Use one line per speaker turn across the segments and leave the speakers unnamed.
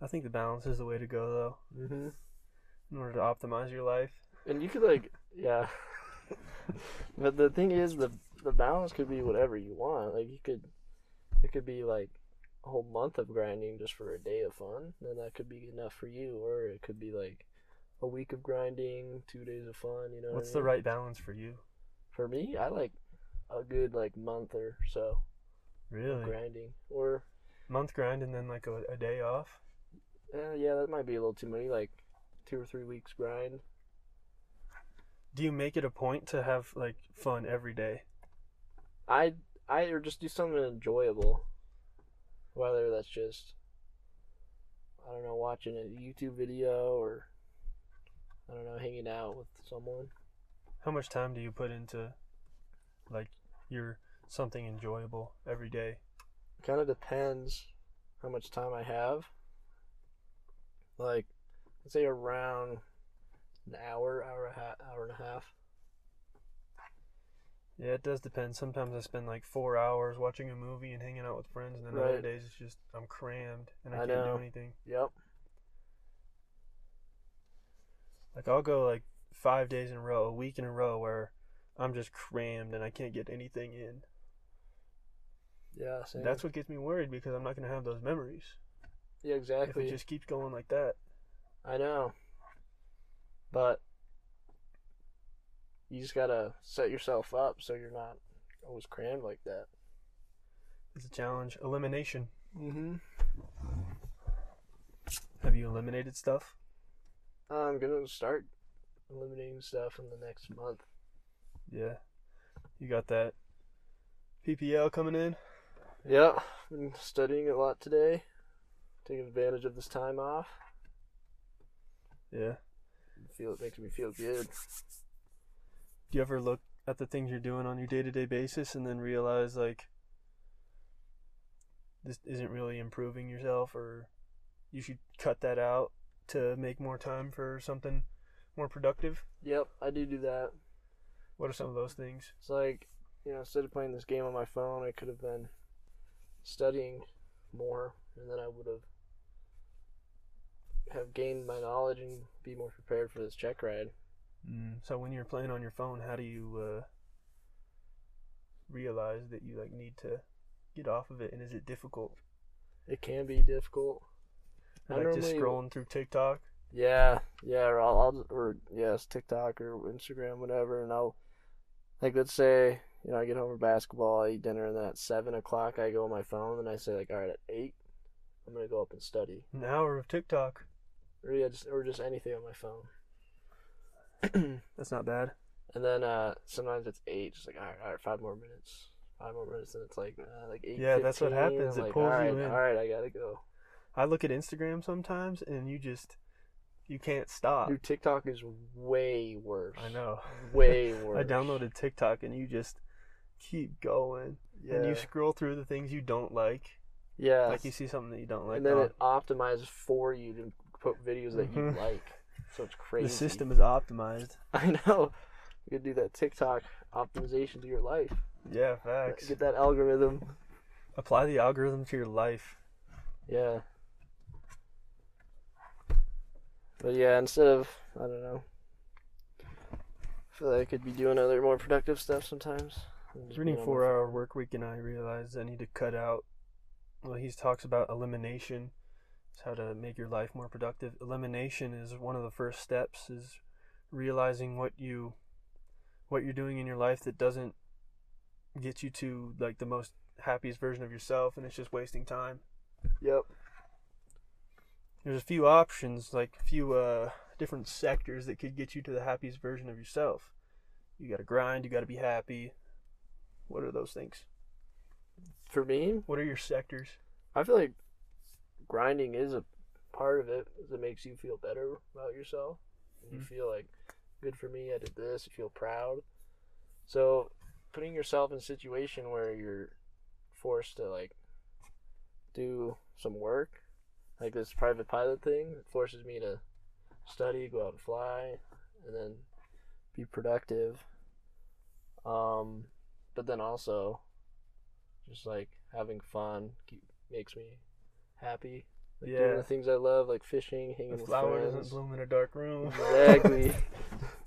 I think the balance is the way to go, though,
Mm-hmm.
in order to optimize your life.
And you could like, yeah. but the thing is, the the balance could be whatever you want. Like you could, it could be like a whole month of grinding just for a day of fun, and that could be enough for you. Or it could be like a week of grinding, two days of fun. You know. what I
What's the
mean?
right balance for you?
For me, I like a good like month or so
Really?
grinding. Or
Month grind and then like a, a day off?
uh, yeah, that might be a little too many. Like two or three weeks grind.
Do you make it a point to have like fun every day?
I I or just do something enjoyable. Whether that's just I don't know, watching a YouTube video or I don't know, hanging out with someone.
How much time do you put into like your something enjoyable every day?
Kinda depends how much time I have. Like let's say around an hour, hour and a half, hour and a half.
Yeah, it does depend. Sometimes I spend like four hours watching a movie and hanging out with friends, and then other
Right.
days it's just I'm crammed and I,
I
can't
know.
do anything.
Yep.
Like I'll go like five days in a row, a week in a row where I'm just crammed and I can't get anything in.
Yeah, same.
That's what gets me worried because I'm not gonna have those memories.
yeah, exactly.
If it just keeps going like that,
I know. But you just gotta set yourself up so you're not always crammed like that.
it's a challenge. Elimination.
Mm-hmm.
Have you eliminated stuff?
I'm gonna start eliminating stuff in the next month.
Yeah. You got that PPL coming in?
Yep, been studying a lot today, taking advantage of this time off.
Yeah.
I feel it makes me feel good.
Do you ever look at the things you're doing on your day to day basis and then realize, like, this isn't really improving yourself or you should cut that out to make more time for something more productive?
Yep, I do do that.
What are some of those things?
It's like, you know, instead of playing this game on my phone, I could have been studying more, and then I would have have gained my knowledge and be more prepared for this check ride.
Mm. So, when you're playing on your phone, how do you uh, realize that you, like, need to get off of it? And is it difficult?
It can be difficult. I
Like, just
normally-
scrolling through TikTok?
Yeah, yeah, or I'll, I'll or yes, TikTok or Instagram, whatever, and I'll like let's say you know I get home from basketball, I eat dinner, and then at seven o'clock I go on my phone and I say like, all right, at eight I'm gonna go up and study,
An hour of TikTok.
or yeah, just or just anything on my phone.
That's not bad.
And then uh, sometimes it's eight, just like all right, all right, five more minutes, five more minutes, and it's like uh, like eight.
Yeah, that's what
15,
happens,
I'm
it
like,
pulls
all right,
you in.
All right, I gotta go.
I look at Instagram sometimes and you just you can't stop.
Dude, TikTok is way worse.
Uh, I know.
Way
I
worse.
downloaded TikTok and you just keep going.
Yeah.
And you scroll through the things you don't like.
yeah.
Like you see something that you don't like.
and then
oh,
it optimizes for you to put videos that
Mhm.
you like. So it's crazy.
the system is optimized.
I know. You could do that TikTok optimization to your life.
Yeah, facts.
Get that algorithm.
Apply the algorithm to your life.
Yeah. But yeah, instead of I don't know. I feel like I could be doing other more productive stuff sometimes. than just
Reading
being on my
Four
phone.
Hour Work Week and I realized I need to cut out. Well, he talks about elimination. It's how to make your life more productive. Elimination is one of the first steps. Is realizing what you, what you're doing in your life that doesn't get you to like the most happiest version of yourself, and it's just wasting time.
Yep.
There's a few options, like a few uh, different sectors that could get you to the happiest version of yourself. You got to grind. You got to be happy. What are those things?
For me,
What are your sectors?
I feel like grinding is a part of it. 'cause It makes you feel better about yourself. And You
Mhm.
feel like good for me. I did this. You feel proud. So putting yourself in a situation where you're forced to like do some work, like this private pilot thing, it forces me to study, go out and fly, and then be productive. Um, but then also just like having fun keep, makes me happy. Like
Yeah.
doing the things I love, like fishing, hanging
The
with
flower
friends.
doesn't bloom in a dark room.
Exactly.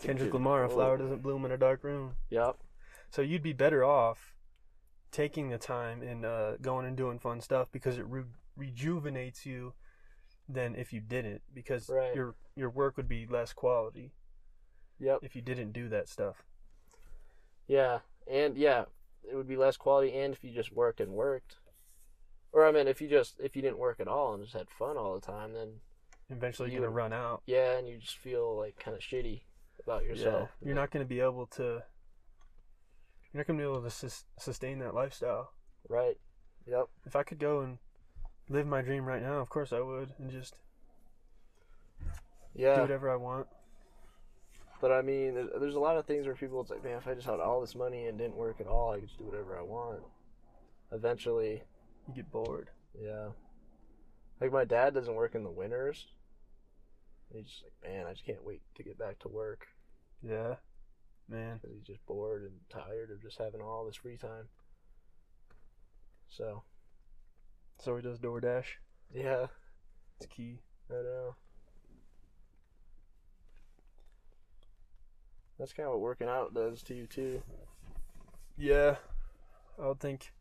Kendrick Lamar, a flower doesn't bloom in a dark room.
Yep.
So you'd be better off taking the time and uh, going and doing fun stuff because it re- rejuvenates you than if you didn't because
Right.
your your work would be less quality
Yep.
if you didn't do that stuff.
Yeah. And yeah, it would be less quality and if you just worked and worked. Or I mean if you just if you didn't work at all and just had fun all the time then
Eventually,
You
you're gonna
would-
run out.
yeah, and you just feel like kind of shitty about yourself.
Yeah. You're not gonna be able to. You're not gonna be able to sus- sustain that lifestyle.
right. Yep.
If I could go and live my dream right now, of course I would, and just do
Yeah.
whatever I want.
But I mean, there- there's a lot of things where people, it's like, man, if I just had all this money and didn't work at all, I could just do whatever I want. Eventually,
You get bored.
yeah. Like, my dad doesn't work in the winters. He's just like, man, I just can't wait to get back to work
Yeah, man.
because he's just bored and tired of just having all this free time. So,
So he does DoorDash.
yeah,
It's key.
I know. That's kind of what working out does to you, too.
Yeah, I would think.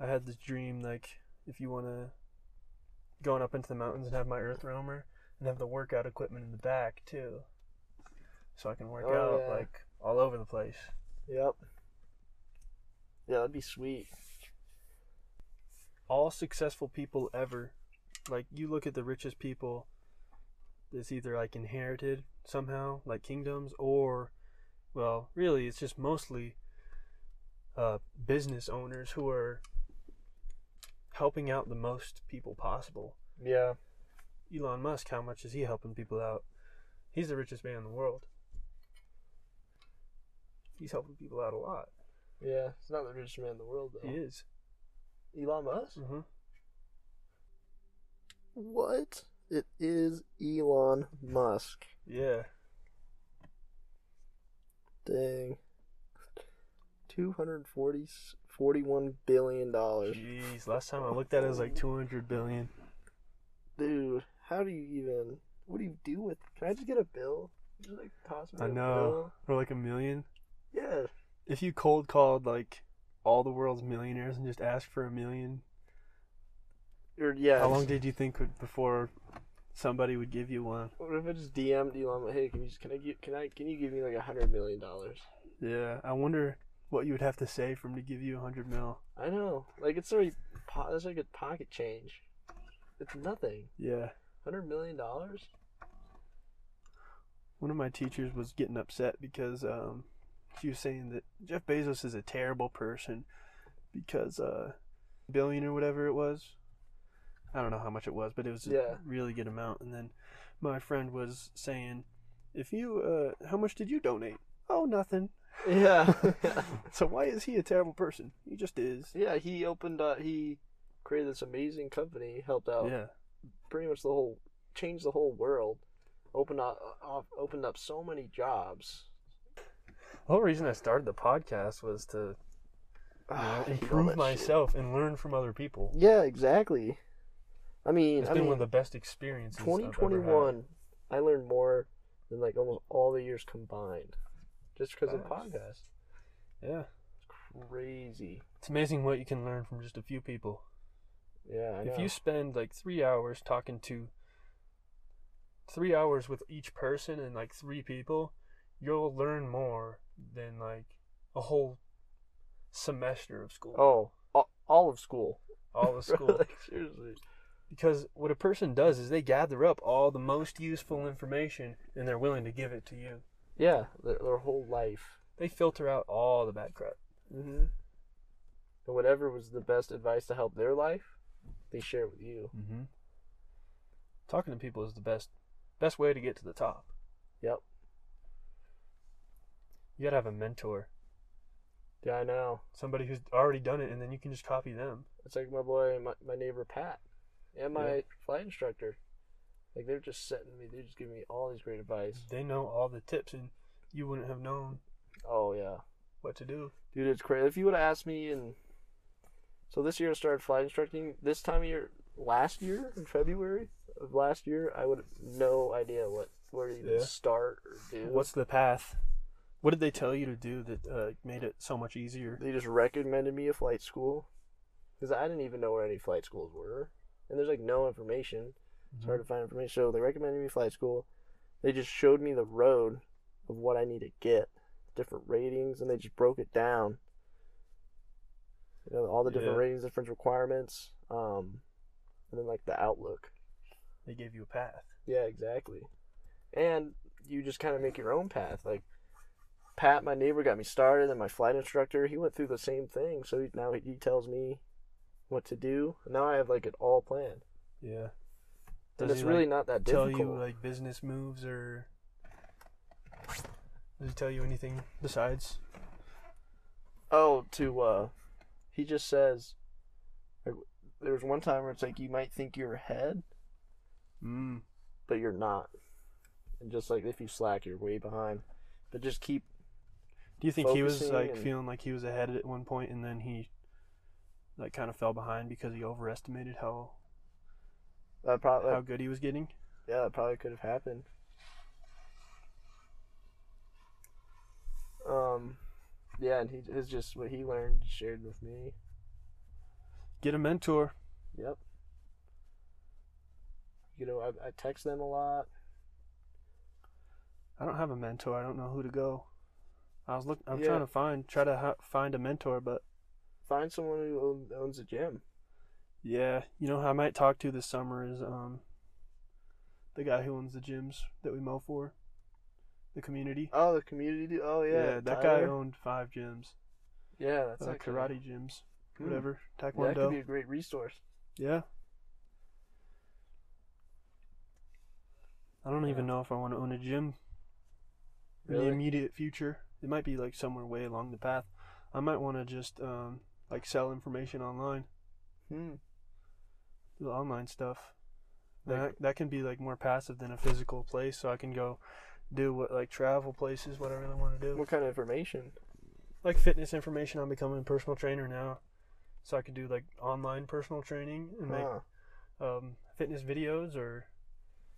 I had this dream like if you want to going up into the mountains and have my earth roamer and have the workout equipment in the back too, so I can work
Oh,
out
yeah.
like all over the place.
Yep. Yeah, that'd be sweet.
All successful people ever, like you look at the richest people, it's either like inherited somehow, like kingdoms, or well, really, it's just mostly uh, business owners who are helping out the most people possible.
Yeah.
Elon Musk, how much is he helping people out? He's the richest man in the world. He's helping people out a lot.
Yeah, it's not the richest man in the world though.
He is.
Elon Musk.
hmm
What? It is Elon Musk.
Yeah.
Dang. Two hundred forty forty-one billion dollars,
Jeez. Last time I looked at it, it was like 200 billion.
dude. How do you even? What do you do with? Can I just get a bill? Just like toss me
I
a
know. Or like a million.
bill. Yeah.
If you cold called like all the world's millionaires and just asked for a million,
Or yeah.
how long did you think would, before somebody would give you one?
What if I just DM'd Elon? Like, hey, can you just can I get can I can you give me like a hundred million dollars?
Yeah. I wonder what you would have to say for him to give you 100 mil.
I know. Like it's already po- that's like a pocket change. It's nothing.
Yeah.
Hundred million dollars.
one of my teachers was getting upset because um, she was saying that Jeff Bezos is a terrible person because uh, billion or whatever it was. I don't know how much it was, but it was
Yeah.
a really good amount. And then my friend was saying, "If you, uh, how much did you donate? Oh, nothing.
Yeah.
so why is he a terrible person? He just is.
yeah, he opened up, he created this amazing company, helped out
Yeah,
pretty much the whole, changed the whole world, opened up, up, opened up so many jobs.
the whole reason I started the podcast was to you know,
Ah, I hate all
improve
that
myself and learn from other people.
shit. Yeah, exactly. I mean,
It's
I
been
mean,
one of the best experiences. I've ever had.
2021, I learned more than like almost all the years combined just because of the
Facts.
podcast.
Yeah.
Crazy.
It's amazing what you can learn from just a few people.
Yeah, I know.
If you spend like three hours talking to three hours with each person and like three people, you'll learn more than like a whole semester of school,
oh, all, all of school.
all of school.
like, seriously.
because what a person does is they gather up all the most useful information and they're willing to give it to you.
Yeah, their, their whole life.
They filter out all the bad crap.
Mm-hmm. And whatever was the best advice to help their life, they share it with you.
Mm-hmm. Talking to people is the best best way to get to the top.
Yep.
You gotta have a mentor.
Yeah, I know.
somebody who's already done it and then you can just copy them.
It's like my boy, my, my neighbor Pat, and my
Yeah.
flight instructor. Like they're just setting me. They're just giving me all these great advice.
They know all the tips and you wouldn't have known
Oh yeah,
what to do.
dude, it's crazy. If you would have asked me in So this year I started flight instructing. This time of year, last year in February of last year, I would have no idea what where to even
Yeah.
start or do.
What's the path? What did they tell you to do that uh, made it so much easier?
they just recommended me a flight school because I didn't even know where any flight schools were, and there's like no information.
Mm-hmm.
It's hard to find information. So they recommended me flight school. They just showed me the road of what I need to get, different ratings, and they just broke it down. You know, all the different
Yeah.
ratings, different requirements, um, and then like the outlook.
They gave you a path.
Yeah, exactly. And you just kind of make your own path. Like Pat, my neighbor, got me started, and my flight instructor, he went through the same thing. So he- now he tells me what to do. Now I have like it all planned,
Yeah.
and
Does
it's
he,
really
like,
not that
tell
difficult.
you like business moves or does he tell you anything besides?
Oh, to uh, he just says. like, There was one time where it's like you might think you're ahead,
Mm.
but you're not. And just like if you slack, you're way behind. But just keep.
Do you think he was
Focusing
like
and-
feeling like he was ahead at one point and then he like kind of fell behind because he overestimated how
That probably,
how good he was getting?
yeah, that probably could have happened. Um, yeah, and he it's just what he learned shared with me.
Get a mentor.
Yep. You know, I, I text them a lot.
I don't have a mentor. I don't know who to go. I was look. I'm
Yeah.
trying to find try to ha- find a mentor, but
Find someone who own- owns a gym.
yeah, you know who I might talk to this summer is um the guy who owns the gyms that we mow for, the community.
Oh, the community. Oh, yeah.
that guy
Tyler.
owned five gyms,
Yeah, that's
uh,
actually-
karate gyms,
Hmm.
whatever,
Yeah, that could
taekwondo.
be a great resource.
Yeah. I don't
Yeah.
even know if I want to own a gym in
Really?
the immediate future. It might be like somewhere way along the path. I might want to just um, like sell information online,
Hmm.
do online stuff.
Like-
that, that can be like more passive than a physical place, so I can go do what like travel places, what I really want to do.
What kind of information?
Like fitness information. I'm becoming a personal trainer now, so I could do like online personal training and make
Huh.
um, fitness videos or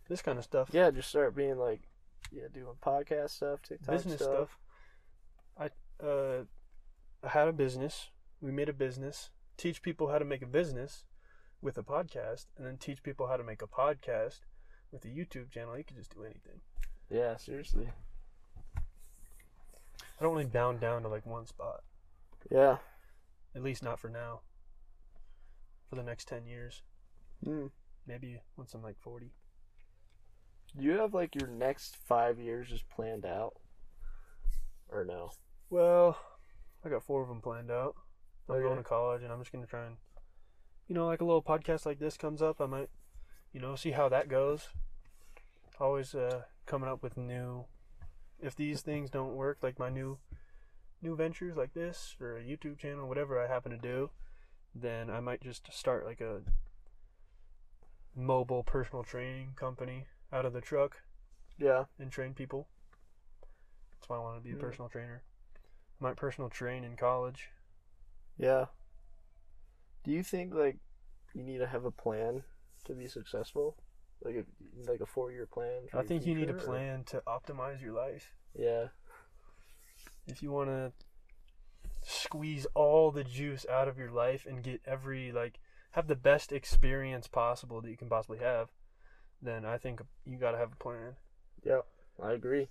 this kind of stuff.
Yeah, just start being like, yeah, doing podcast stuff, TikTok
business
stuff.
stuff. I uh, I had a business. We made a business. Teach people how to make a business with a podcast, and then teach people how to make a podcast with a YouTube channel. You could just do anything.
Yeah, seriously.
I don't want to be bound down to like one spot.
Yeah.
At least not for now. For the next ten years, Hmm.
Mm.
maybe once I'm like forty.
Do you have like your next five years just planned out? Or no?
Well, I got four of them planned out. I'm
Okay.
going to college, and I'm just gonna try and, you know, like a little podcast like this comes up, I might, you know, see how that goes. Always uh, coming up with new. If these things don't work, like my new, new ventures like this or a YouTube channel, whatever I happen to do, then I might just start like a mobile personal training company out of the truck
Yeah.
and train people. That's why I want to be a
Mm.
personal trainer. I might personal train in college.
Yeah. Do you think like you need to have a plan to be successful? Like a like a four year plan? for
I
your
think you need a
future, or-
plan to optimize your life.
Yeah.
If you want to squeeze all the juice out of your life and get every like have the best experience possible that you can possibly have, then I think you got to have a plan.
Yep. I agree.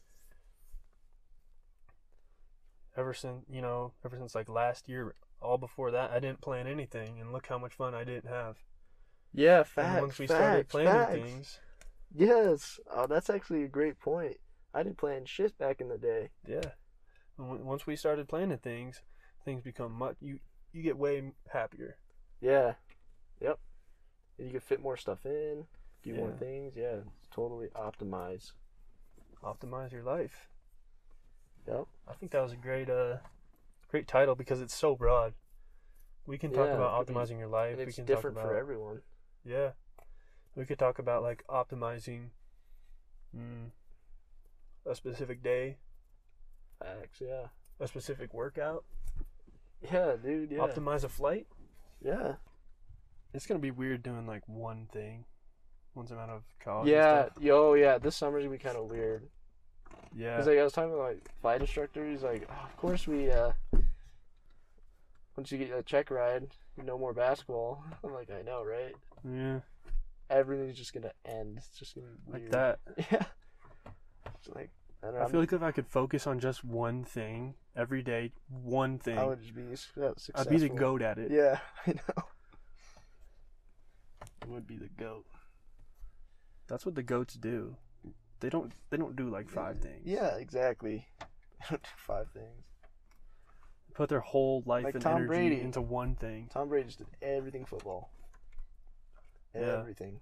Ever since, you know, ever since like last year, all before that, I didn't plan anything and look how much fun I didn't have.
Yeah,
and
facts.
once we
facts,
started planning
facts.
things,
Yes. Oh, that's actually a great point. I didn't plan shit back in the day.
Yeah. And on- once we started planning things, things become much you you get way m- happier.
Yeah. Yep. And you could fit more stuff in, do more
Yeah.
things. Yeah, it's totally optimize.
Optimize your life.
Yep.
I think that was a great uh great title because it's so broad. We can talk
Yeah,
about
it could be-
optimizing your life.
And
we
it's
can
different
talk about
for everyone.
Yeah. We could talk about like optimizing mm, a specific day,
Facts, yeah.
a specific workout,
Yeah, dude, yeah.
optimize a flight.
Yeah.
It's gonna be weird doing like one thing once I'm out of college. and
yeah.
stuff.
Yo, yeah. This summer's gonna be kind of weird.
Yeah.
Cause like I was talking to like flight instructor, he's like, "Oh, of course we. uh Once you get a check ride, no more basketball. I'm like, I know, right?
yeah.
Everything's just gonna end. It's just gonna be
Like
weird.
that.
Yeah. It's like I don't know.
I feel like if I could focus on just one thing every day, one thing,
I would just be s- that successful.
I'd be the goat at it.
Yeah, I know.
I would be the goat. That's what the goats do. They don't. They don't do like five things.
Yeah, exactly. I don't do five things.
Put their whole life
Like
and
Tom
energy
Brady.
into one thing.
Tom Brady just did everything football.
Yeah.
Everything.